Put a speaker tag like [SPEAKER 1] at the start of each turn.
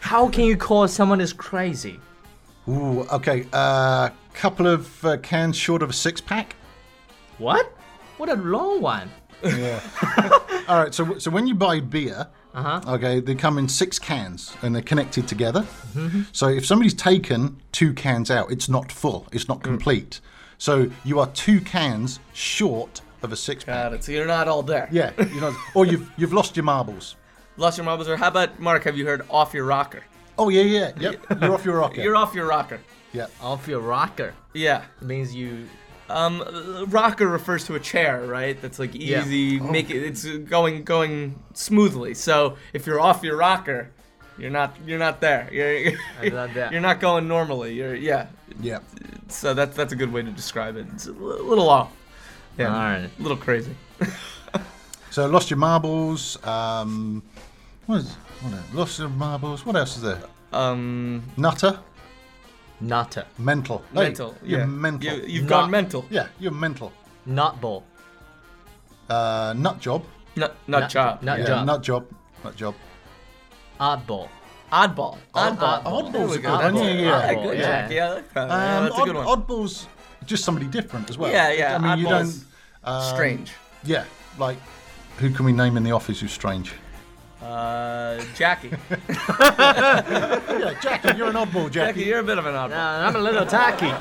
[SPEAKER 1] How can you call someone is crazy?
[SPEAKER 2] Ooh, okay. A uh, couple of uh, cans short of a six pack.
[SPEAKER 1] What? What a long one.
[SPEAKER 2] Yeah. All right. So so when you buy beer,
[SPEAKER 3] Uh-huh.
[SPEAKER 2] okay, they come in six cans and they're connected together.
[SPEAKER 3] Mm-hmm.
[SPEAKER 2] So if somebody's taken two cans out, it's not full. It's
[SPEAKER 3] Mm.
[SPEAKER 2] not complete. So you are two cans short of a six pack.
[SPEAKER 3] Got it. So you're not all there.
[SPEAKER 2] Yeah. You know, or you've you've lost your marbles.
[SPEAKER 3] Lost your marbles, or how about Mark? Have you heard off your rocker?
[SPEAKER 2] Oh yeah, yeah, yep. You're off your rocker.
[SPEAKER 3] You're off your rocker.
[SPEAKER 2] yeah.
[SPEAKER 1] Off your rocker
[SPEAKER 3] Yeah.
[SPEAKER 1] means you.
[SPEAKER 3] Um, uh, rocker refers to a chair, right? That's like
[SPEAKER 1] Yeah.
[SPEAKER 3] easy, make it, it's uh, going going smoothly. So if you're off your rocker, you're not you're not there. You're
[SPEAKER 1] I'm not there.
[SPEAKER 3] you're not going normally. You're yeah.
[SPEAKER 2] Yeah.
[SPEAKER 3] So that's that's a good way to describe it. It's a li- little off. Yeah.
[SPEAKER 1] Alright.
[SPEAKER 3] A little crazy.
[SPEAKER 2] So lost your marbles. Um, what is what else? lost your marbles? What else is there?
[SPEAKER 3] Um,
[SPEAKER 2] Nutter,
[SPEAKER 1] Nutter.
[SPEAKER 2] mental. Hey,
[SPEAKER 3] mental.
[SPEAKER 2] You're
[SPEAKER 3] yeah.
[SPEAKER 2] mental.
[SPEAKER 3] You, you've
[SPEAKER 1] Not-
[SPEAKER 3] gone mental.
[SPEAKER 2] yeah, you're mental.
[SPEAKER 1] Nutball.
[SPEAKER 2] Uh, nut job.
[SPEAKER 3] Nut, nut
[SPEAKER 1] Nut-
[SPEAKER 3] job.
[SPEAKER 1] nut-
[SPEAKER 2] yeah,
[SPEAKER 1] job.
[SPEAKER 2] Nut job. Nut job.
[SPEAKER 1] Oddball.
[SPEAKER 3] Oddball.
[SPEAKER 2] Oh,
[SPEAKER 3] Oddball.
[SPEAKER 2] oddball's
[SPEAKER 3] There we
[SPEAKER 2] a
[SPEAKER 3] go.
[SPEAKER 2] good
[SPEAKER 3] That's-
[SPEAKER 2] one. Yeah, yeah,
[SPEAKER 3] all right,
[SPEAKER 1] oddball,
[SPEAKER 3] good,
[SPEAKER 1] yeah.
[SPEAKER 3] Jack. Yeah, I like that. Yeah,
[SPEAKER 2] Um,
[SPEAKER 3] that's a good one.
[SPEAKER 2] odd- Oddball's just somebody different as well.
[SPEAKER 3] Yeah, yeah,
[SPEAKER 2] I mean, you
[SPEAKER 3] oddball's
[SPEAKER 2] don't. Um,
[SPEAKER 3] Strange.
[SPEAKER 2] Yeah, like who can we name in the office who's strange?
[SPEAKER 3] Uh, Jackie.
[SPEAKER 2] Yeah, Jackie, you're an oddball,
[SPEAKER 3] Jackie,
[SPEAKER 2] Jackie.
[SPEAKER 3] you're a bit of an oddball.
[SPEAKER 1] Uh, I'm a little tacky.